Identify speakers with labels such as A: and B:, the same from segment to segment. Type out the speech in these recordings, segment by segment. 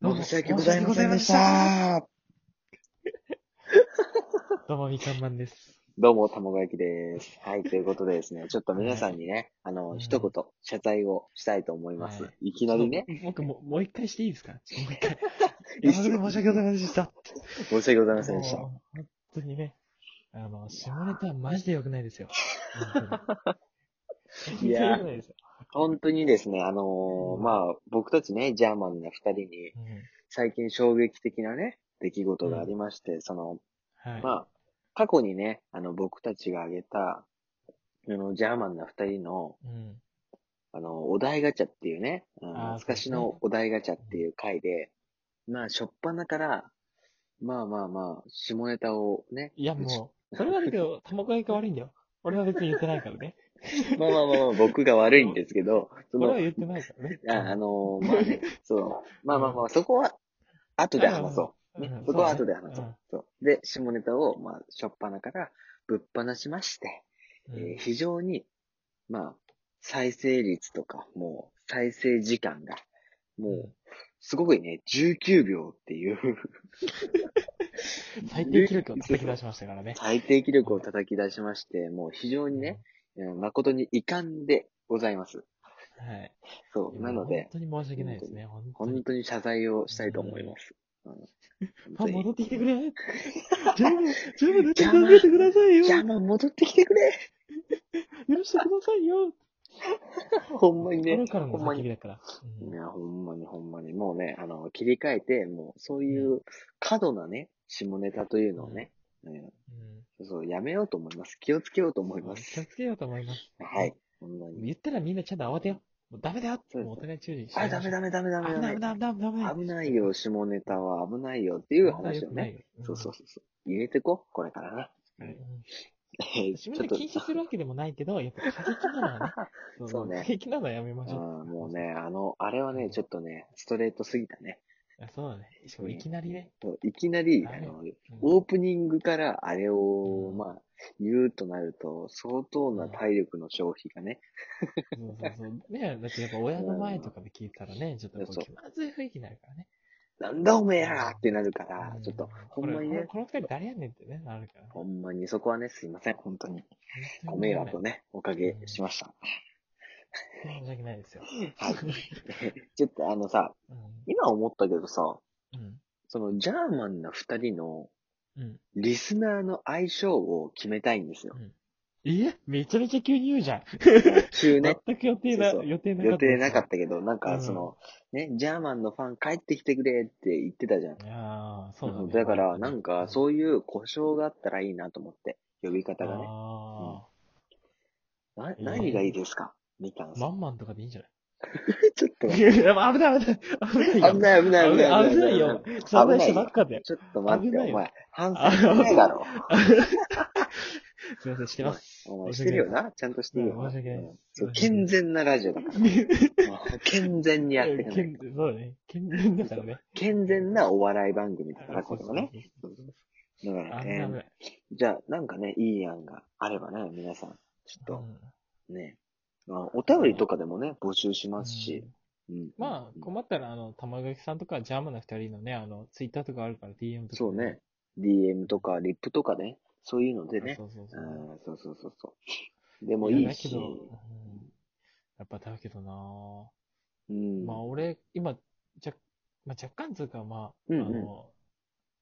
A: どうも申し訳ございませんでした。
B: どうも、みかんまんです。
A: どうも、たまご焼きです。はい、ということでですね、 ちょっと皆さんにね、あ
B: う
A: の、
B: ん
A: 一言、謝罪をしたいと思います
B: は。
A: いきなりね、
B: ちょっと。僕も、もう一回していいですかもう一 回。
A: 一
B: 山田君申
A: 緒
B: し訳ございませんでした。
A: 申し訳ございませんでした。
B: もう本当にね、あの、下ネタはマジで良くないですよ。本当に
A: いや
B: 本
A: ー
B: 当に良くないですよ。
A: 本当にですね、あのー、まあ、僕たちね、ジャーマンな二人に、最近衝撃的なね、出来事がありまして、その、
B: うんはい。
A: まあ、過去にね、あの、僕たちが挙げた、あの、ジャーマンな二人の、
B: うん。
A: あの、お題ガチャっていうね、うん
B: あー
A: 懐かしのお題ガチャっていう回で、まあ、しょっぱなから、まあまあまあ、下ネタを ね、
B: いや、もう、それはだけど、卵焼きが悪いんだよ。俺は別に言ってないから ね。
A: まあまあまあまあ、僕が悪いんですけど、そ
B: 俺
A: の
B: は、言ってないからね。
A: ああのー、まあね、そう、まあまあまあ、そこは、後で話そ
B: ん
A: う。ね
B: ん、
A: そこは後
B: う
A: で
B: だね
A: 話そう。そう。で、下ネタを、まあ、しょっぱなから、ぶっ放しまして、
B: うん
A: えー非常に、まあ、再生率とか、もう、再生時間が、もう、すごくね、19秒っていう
B: うん最低記録を叩き出しましたからね。
A: 最低記録を叩き出しまして、もう非常にね、うん誠に遺憾でございます。
B: うん。はい。
A: そう。なので、
B: 本当に申し訳ないですね。本当に
A: 本。当に謝罪をしたいと思います。うん
B: パ
A: 本当
B: ン
A: に
B: 戻ってきてく れ。ジャム、ジャム出て考えてくださいよ。
A: じゃあもう戻ってきて くれ
B: 許してくださいよ。
A: ほんまにね。
B: 心からの
A: ほんま
B: 叫
A: に。
B: び
A: い
B: だから。うん
A: や、ほんまにほんまに。もうね、あの、切り替えて、もう、そういう過度なね、下ネタというのをね、うん
B: うん
A: そう、やめようと思います。気をつけようと思いま
B: 気
A: す
B: を。つけようと思います。
A: はい。。ほんまに。
B: 言ったらみんなちゃんと慌てよう。もうダメだよ。
A: そうです
B: もうお互い注意し
A: あ、ダメダ
B: メ
A: メダメダメ
B: 危
A: ダ
B: ない危。な
A: メ
B: い危ない危ない。
A: 危ないよ、下ネタは危ないよっていう話をね。。そうそう。そうそう。入れてこ、これからな。
B: うんうん
A: えーち
B: 自
A: ょ
B: 分で
A: っと、
B: 禁止するわけでもないけど、やっぱ過激なのはね。
A: そうね
B: 過激なのはやめまし
A: う
B: ょう。
A: ん、もうね、あの、あれはね、ちょっとね、ストレートすぎたね。
B: あそうだね。しかもいきなりね。
A: といきなり、
B: あ
A: あ
B: れ
A: の、
B: うん
A: オープニングからあれを、
B: うん
A: まあ、言うとなると、相当な体力の消費がね、
B: そうそうそう。ねだってやっぱ親の前とかで聞いたらね、ちょっとこう
A: そう
B: 気まずい雰囲気になるからね。
A: なんだおめえらってなるから
B: う、ん
A: ちょっと、ほんまにね
B: これこのこの二人誰やねんってね、なるからね。
A: ほんまにそこはね、すいません、本当に。ご迷
B: 迷
A: 惑
B: 惑
A: をね、おかけしました。
B: 申し訳ないですよ。
A: はい。ちょっとあのさ、
B: う
A: 今思ったけどさ、
B: ん。うん。
A: その、ジャーマンな二人の
B: うん。
A: リスナーの相性を決めたい んですよ。
B: えめちゃめちゃ急に言うじゃん。
A: 急ね。
B: 全く予定な、
A: そうそう
B: 予定なか
A: 予
B: った。
A: 定なかったけど、なん
B: う
A: か
B: ん
A: その、ね、ジャーマンのファン帰ってきてくれって言ってたじゃん。
B: た。ああ、そうだ、
A: う
B: ね
A: ん。だから、なんか、そういう故障があったらいいなと思って、呼び方がね。
B: あ
A: な
B: えー
A: 何がいいですかみかん
B: あ、
A: さ
B: マ
A: ん。
B: ンマンとかでいいんじゃない
A: ちょっと
B: い
A: 待っ
B: や、危ない危ない。危
A: て。
B: ないよ。
A: 危ない危ない危ない
B: 危ないよ。謝罪したばっかだよ。
A: ちょっと待っ
B: 危
A: て、
B: ない
A: お
B: よ
A: 前。反省してないだろ。
B: すいません、してます。
A: お前
B: 申
A: し
B: し
A: て
B: 訳
A: る
B: ない
A: よな。ちゃんとしてるよ
B: う
A: な。
B: ん申し訳ないです
A: うんそう健全なラジオ だから。健全にやってくれない
B: 健そうだね。健全だ からね。
A: 健全なお笑い番組だから、これもね。
B: そうそうそう
A: だ
B: 危な
A: から
B: い危な
A: ね、
B: い。
A: じゃあ、なんかね、いい案があればね、皆さん、ち
B: う
A: ょっ
B: ん
A: とね、まあお便りとかでもね、募集しますし、うん
B: まあ、困ったら、あの、玉垣さんとか、ジャムな二人のね、あの、ツイッターとかあるから、DM とか。
A: そうね、DM とか、リップとかね、そういうの
B: あ。
A: でね
B: そ、うそうそうう。
A: んそうそうそうそう。でもいい
B: やだけ
A: し
B: ど、、うんやっぱだけどなぁ
A: うん
B: まあ、俺、今、じゃ、まあ、若干つうか、まあ、
A: う
B: あ
A: んうん
B: の、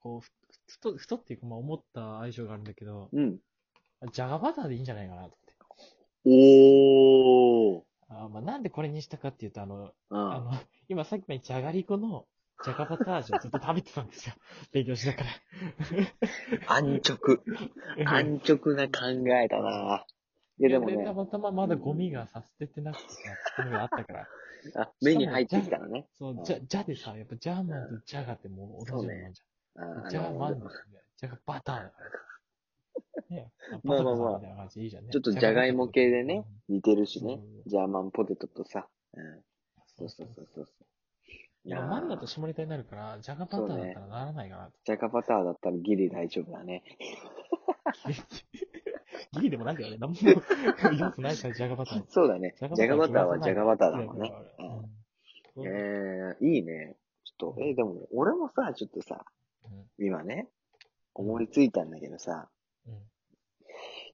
B: こう、ふふと、ふとっていうか、まあ、思った相性があるんだけど、
A: うん。
B: ジャガバターでいいんじゃないかなと思って。
A: おー。
B: あーまあ、なんでこれにしたかっていうと、あの、
A: う
B: あ
A: ん。
B: の、今さっきまでじゃがりこの、ジャガバター味をずっと食べてたんですよ。勉強しながら。
A: 安直。安直な考えだな。いや、でも
B: 俺た
A: ね、
B: またままだゴミがさ、捨ててなくてさ、ゴミがあった から。
A: あ目に入ってきたらね。
B: そう、じゃ、じゃでさ、やっぱジャーマンとジャガってもう同じようなもんじゃ
A: あ
B: ん。
A: あ
B: ジャーマン
A: の
B: の、ジャガバターだから。ね
A: まあまあまあ
B: バターみたいな感じでいいじゃんね。
A: ちょっとじゃがいも系でね、似てるしね
B: うん。
A: ジャーマンポテトとさ。うん。
B: う
A: そ
B: ん。
A: うそうそうそう。
B: いや、
A: いやー
B: マンだと下ネタになるから、ジャガバターだったらならないかなと。
A: ジャガバターだったらギリ大丈夫だね。
B: ギリでもないけどね、なんも言うことないから、ジャガバタ ー。
A: そうだね。ジャガバターはジャガバターだもんね。
B: うん
A: えー、いいね。ちょっと、え、でも、俺もさ、ちょっとさ、
B: うん
A: 今ね、思いついたんだけどさ、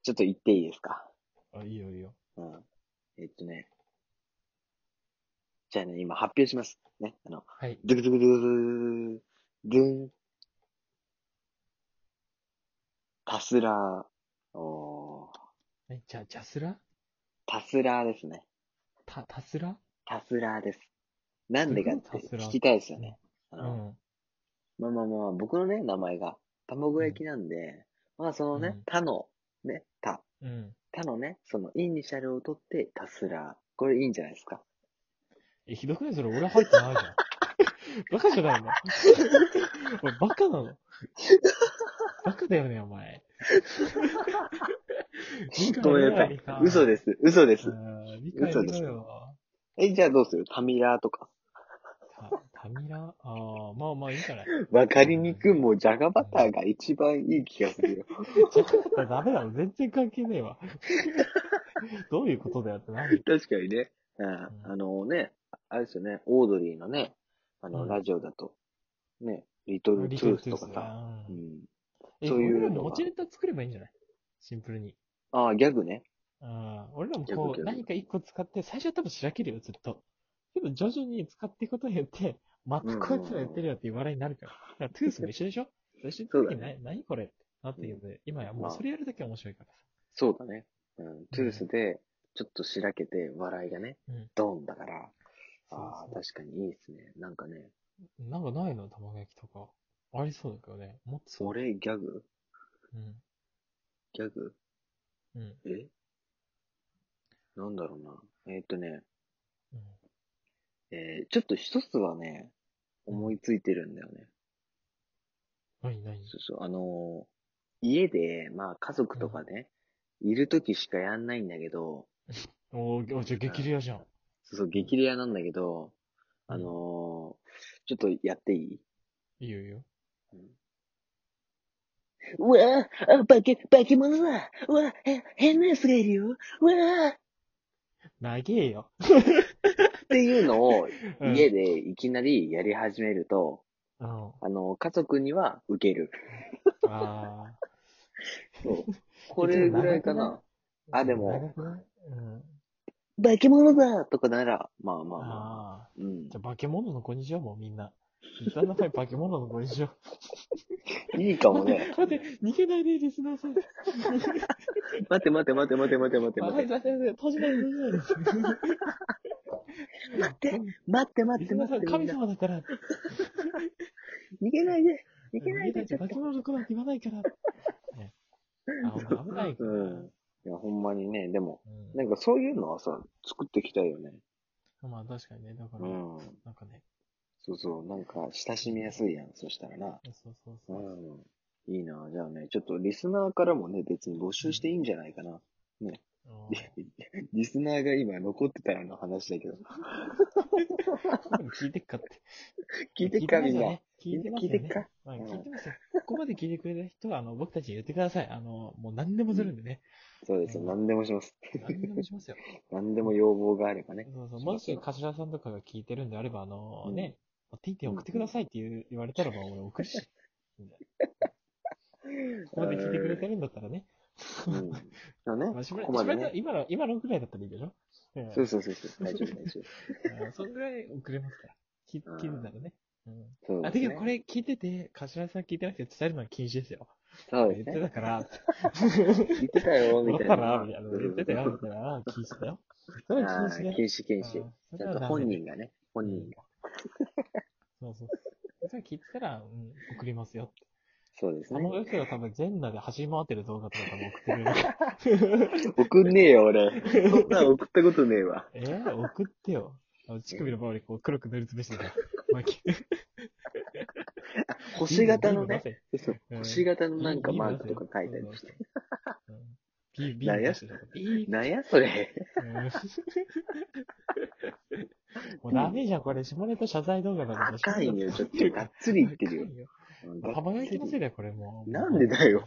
A: ちょっと言っていいですか。
B: うん。あ、いいよいいよ。
A: うん。えっとね。じゃあね、今発表します。ね。あの、
B: はい。
A: ドゥクドゥクドゥクドゥン。タスラー。おー
B: え、じゃ、ジャスラ
A: タスラーですね。
B: た、タスラ
A: タスラーです。なんでかって
B: すごいタスラー
A: 聞きたいですよね。あ
B: う
A: の、
B: ん。
A: まあまあまあ、僕のね、名前が、卵焼きなんで、まあそのね
B: うん、
A: 他の、ね、他、
B: うん。
A: 他のね、そのイニシャルを取ってタスラー。これいいんじゃないですか。
B: え、ひどくないそれ俺入ってないじ ゃん。バカじゃないの俺バカなのバカだよね、お前。
A: ごめんなさ
B: 理
A: い
B: 解。
A: 嘘です。嘘で
B: う
A: す。
B: ん理解しろよ。
A: え、じゃあどうするタミラーとか。
B: たタミラああ、まあまあいいんじゃない
A: わかりにくい。もう、ジャガバターが一番いい気がするよ。
B: ちょっとダメだろ。全然関係ねえわ。 どういうことだよってなる。
A: 確かにね。うん
B: うん
A: あのね、あれですよね、オードリーのね、あの、
B: うん
A: ラジオだと、ね、リトルトゥースとかさ。う
B: うん
A: ん、
B: え
A: そういうのが
B: 俺らも持ちネタ作ればいいんじゃないシンプルに。
A: ああ、ギャグね。
B: うん。俺らも
A: 逆
B: こう、
A: 逆
B: 何か一個使って、最初は多分しらけるよ、ずっと。けど徐々に使っていくことによって、 またこいつらやってるよっていう笑いになるから。だからトゥースも一緒でしょ最初の時
A: そうだね
B: に、何これってなってるけど、今やも
A: まあ
B: うそれやるだけは面白いからさ。
A: そうだね。うん、トゥースで、ちょっとしらけて、笑いがね、
B: うん
A: ドーンだから。ああ、
B: そう
A: 確かにいいですね。なんかね、
B: そうなんかないの卵焼きとか。ありそうだけどね。もっと。
A: それ、ギャグ
B: うん。
A: ギャグ
B: うん。
A: えなんだろうな。えーっとね、
B: うん。
A: えーちょっと一つはね、思いついてるんだよね。
B: 何何
A: そうそう、あのー家で、まあ家族とかね、いる時しかやんないんだけど、
B: おーお、じゃあ激レアじゃん。
A: そうそう、激レアなんだけど、あのーちょっとやっていい
B: いいよいいよ。
A: うわぁあ、化け、化け物だうわへ、変な奴がいるようわぁっ
B: 長えよ。
A: ていうのを
B: うん
A: 家でいきなりやり始めると、
B: うん。
A: あの、家族には受ける。
B: ああ。
A: そう。これぐらいかな。あでも
B: 長くない。うん。
A: 化け物だとかなら、まあまあまあ。
B: ああ。
A: うん
B: じゃあ、化け物の子にしよう、もうみんな。一旦の前化け物の子にしよ
A: いいか
B: う。
A: も
B: 待っ
A: ね
B: て、。待って、逃げないで、リスナーさん。
A: 待って待って待って待って待って待って
B: 待
A: 待って。
B: って、待って、閉じないで、閉じない
A: 待って待って
B: で。リス
A: 待って
B: ナーさ
A: 待っ
B: ん、
A: て
B: 神
A: みんな
B: 様だから。
A: 逃げないで逃げな
B: 逃げな
A: いで
B: い
A: ちょ
B: で、化
A: っと
B: け物の子なんて言わないから。ねあ、危ないから。
A: うん。いや、ほんまにね、でも、
B: うん
A: なんかそういうのはさ、作っていきたいよね。
B: まあ、確かにね、だか
A: う
B: ら、
A: ん。
B: なんかね、
A: そうそう、なんか親しみやすいやん、そしたらな。
B: そうそう
A: う
B: そう。
A: ん。いいなじゃあね、ちょっとリスナーからもね、別に募集していいんじゃないかな。
B: うん
A: リスナーが今残ってたらの話だけど。
B: 聞いてっかって。
A: 聞いてっか、みんな。
B: 聞いてます
A: 聞
B: よ
A: いて
B: ね
A: っか。
B: まあ、
A: うん
B: 聞いてますよ。ここまで聞いてくれた人は、あの、僕たちに言ってください。あの、もう何でもするん でね。
A: そうです、何でもします。
B: 何でもしますよ。
A: 何でも要望があればね。
B: そうそう。
A: しま
B: も
A: すよ
B: し、頭さんとかが聞いてるんであれば、あの
A: うん
B: ね、ティンティン送ってくださいって言う言われたらば、俺送る し。ここまで聞いてくれてるんだったらね。
A: うん。だね
B: まあ、しば
A: こ
B: ら
A: こ
B: く
A: まで
B: しばら
A: ね
B: く。今の、今のぐらいだったらいいでしょ。うん
A: そうそうそうそう。大丈夫、大丈夫。
B: うんそんぐらい送れますから。聞い聞いてたらね。うん
A: そう
B: あ、だ
A: です
B: け
A: ね
B: どこれ聞いてて、頭さん聞いてますよって伝えるのは禁止ですよ。
A: そう
B: 言
A: で
B: っ
A: す
B: て
A: ね。
B: たから、
A: 言ってた よ、
B: 戻
A: み
B: った
A: い
B: た
A: な。
B: な、みたいな。言ってたよ、みたいな。禁止だよ。それは
A: ああ
B: 禁止ね。
A: 禁止禁止。
B: うん
A: ちゃんと本。人がね、本人が。
B: そうそう。それ聞いてたら、うん、送りますよ。
A: そうです
B: あの
A: ね。
B: 人が多分全裸で走り回ってる動画とか多分送ってくれる。
A: 送んねえよ、 俺。そんな送ったことねえわ。
B: え ー、送ってよ。あの乳首の周りこう黒く塗りつぶして た。巻き
A: 星型のね、。そう
B: うん
A: 星型のなんかマークとか書いたりして。
B: て。ビービ
A: な
B: ー
A: ん
B: 出
A: や
B: してたからビー
A: なんや、それ。
B: うんもうダメじゃん、これ。下ネタ謝罪動画だから。
A: 赤いね、ちょっと、がっつりいってるよ。うんがっつり
B: 玉焼きのせいだよ、これもう。
A: なんで だよ。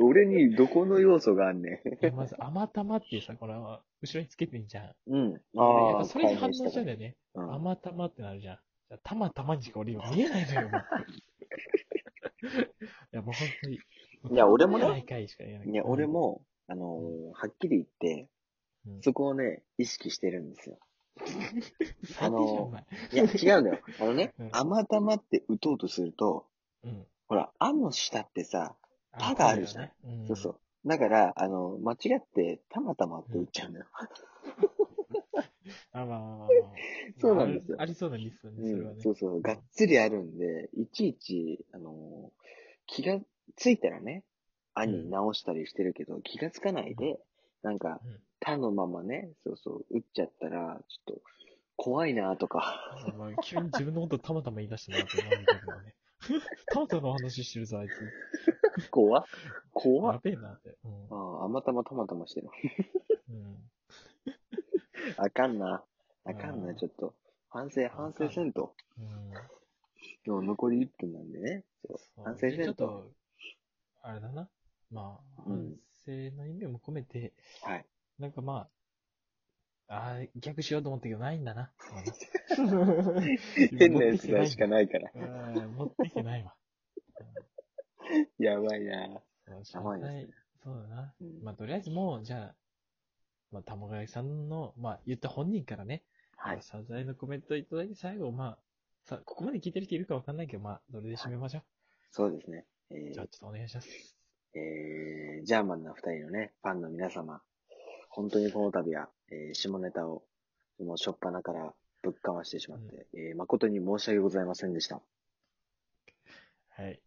A: 俺にどこの要素があんね
B: いやまず、甘玉っていうさ、これは、後ろにつけてんじゃん。
A: ん。うん。
B: やっ
A: あ
B: ぱ
A: あ、
B: それに
A: 解
B: 反応
A: 明
B: し
A: した
B: ちゃう
A: か
B: ん
A: ら
B: だよね。
A: うん
B: 甘玉ってなるじゃん。たまたまにしか俺今見えないのよ、も ういや、もう本当に。
A: いや俺もね
B: ない回しか言えない
A: いや、俺、も、あのーはっきり言って、
B: うん
A: そこをね、意識してるんです よ。
B: 最低じゃん、お前。
A: いや、違うんだよ。あのね
B: うん、
A: 甘玉って打とうとすると、
B: うん。
A: ほら、あの下ってさ、
B: あ
A: 歯があるじゃ
B: そ
A: ん。
B: うだよね
A: そうそう。だから、あの、間違って、たまたまって打っちゃうんだよ。
B: うん。あ、まあまあまあまあ。
A: そうなんですよ
B: あるありそうなミスだね、それは
A: う
B: ね
A: ん、。そうそう。がっつりあるんで、いちいち、あのー気がついたらね、兄に直したりしてるけど、気がつかないで、なんか、
B: うん
A: 他のままね、そうそう、打っちゃったら、ちょっと、怖いなとか。
B: お前、急に自分のことたまたま言い出したなって思うんだけど ね。たまたまの話してるぞ、あいつ。
A: 怖っ怖っ
B: やべえなって。うん
A: あ。あ、あまたまたまたましてる。
B: うん。
A: あかんな。あかん
B: う
A: な、
B: ん
A: ちょっと。反省、反省せんと。
B: うん
A: でも残り1分なんでね。そう
B: そう
A: 反省せんと
B: ちょっと、あれだな。まあ、
A: うん
B: 反省の意味も込めて、
A: はい。
B: なんかまあ、ああ、逆しようと思ったけど、ないんだな。
A: 変なやつらしかないから。
B: うん持ってきてないわ。
A: やばいな。
B: うん
A: やばいですね
B: そうだな。
A: うん
B: まあ、とりあえずもう、じゃあ、まあ、玉川さんの、まあ、言った本人からね、
A: はい。
B: 謝罪のコメントをいただいて、最後、まあ、さ、ここまで聞いてる人いるかわかんないけど、まあ、どれで締めましょう。
A: そうですね。え
B: じゃあ、ちょっとお願いします。
A: ーえージャーマンな二人のね、ファンの皆様、本当にこの度は、えー下ネタを、もう初っ端からぶっかましてしまって、えー誠に申し訳ございませんでした。
B: はい。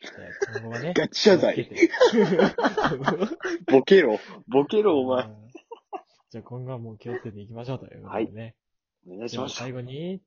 B: じゃあ、その後はね。
A: ガチ謝
B: 気を
A: 罪
B: つけて。
A: ボケろボケろ、お
B: う。
A: 前
B: ん。じゃあ、今後はもう気をつけていきましょうということでね。
A: お願いし
B: じゃ
A: ま
B: あ
A: す。
B: 最後に、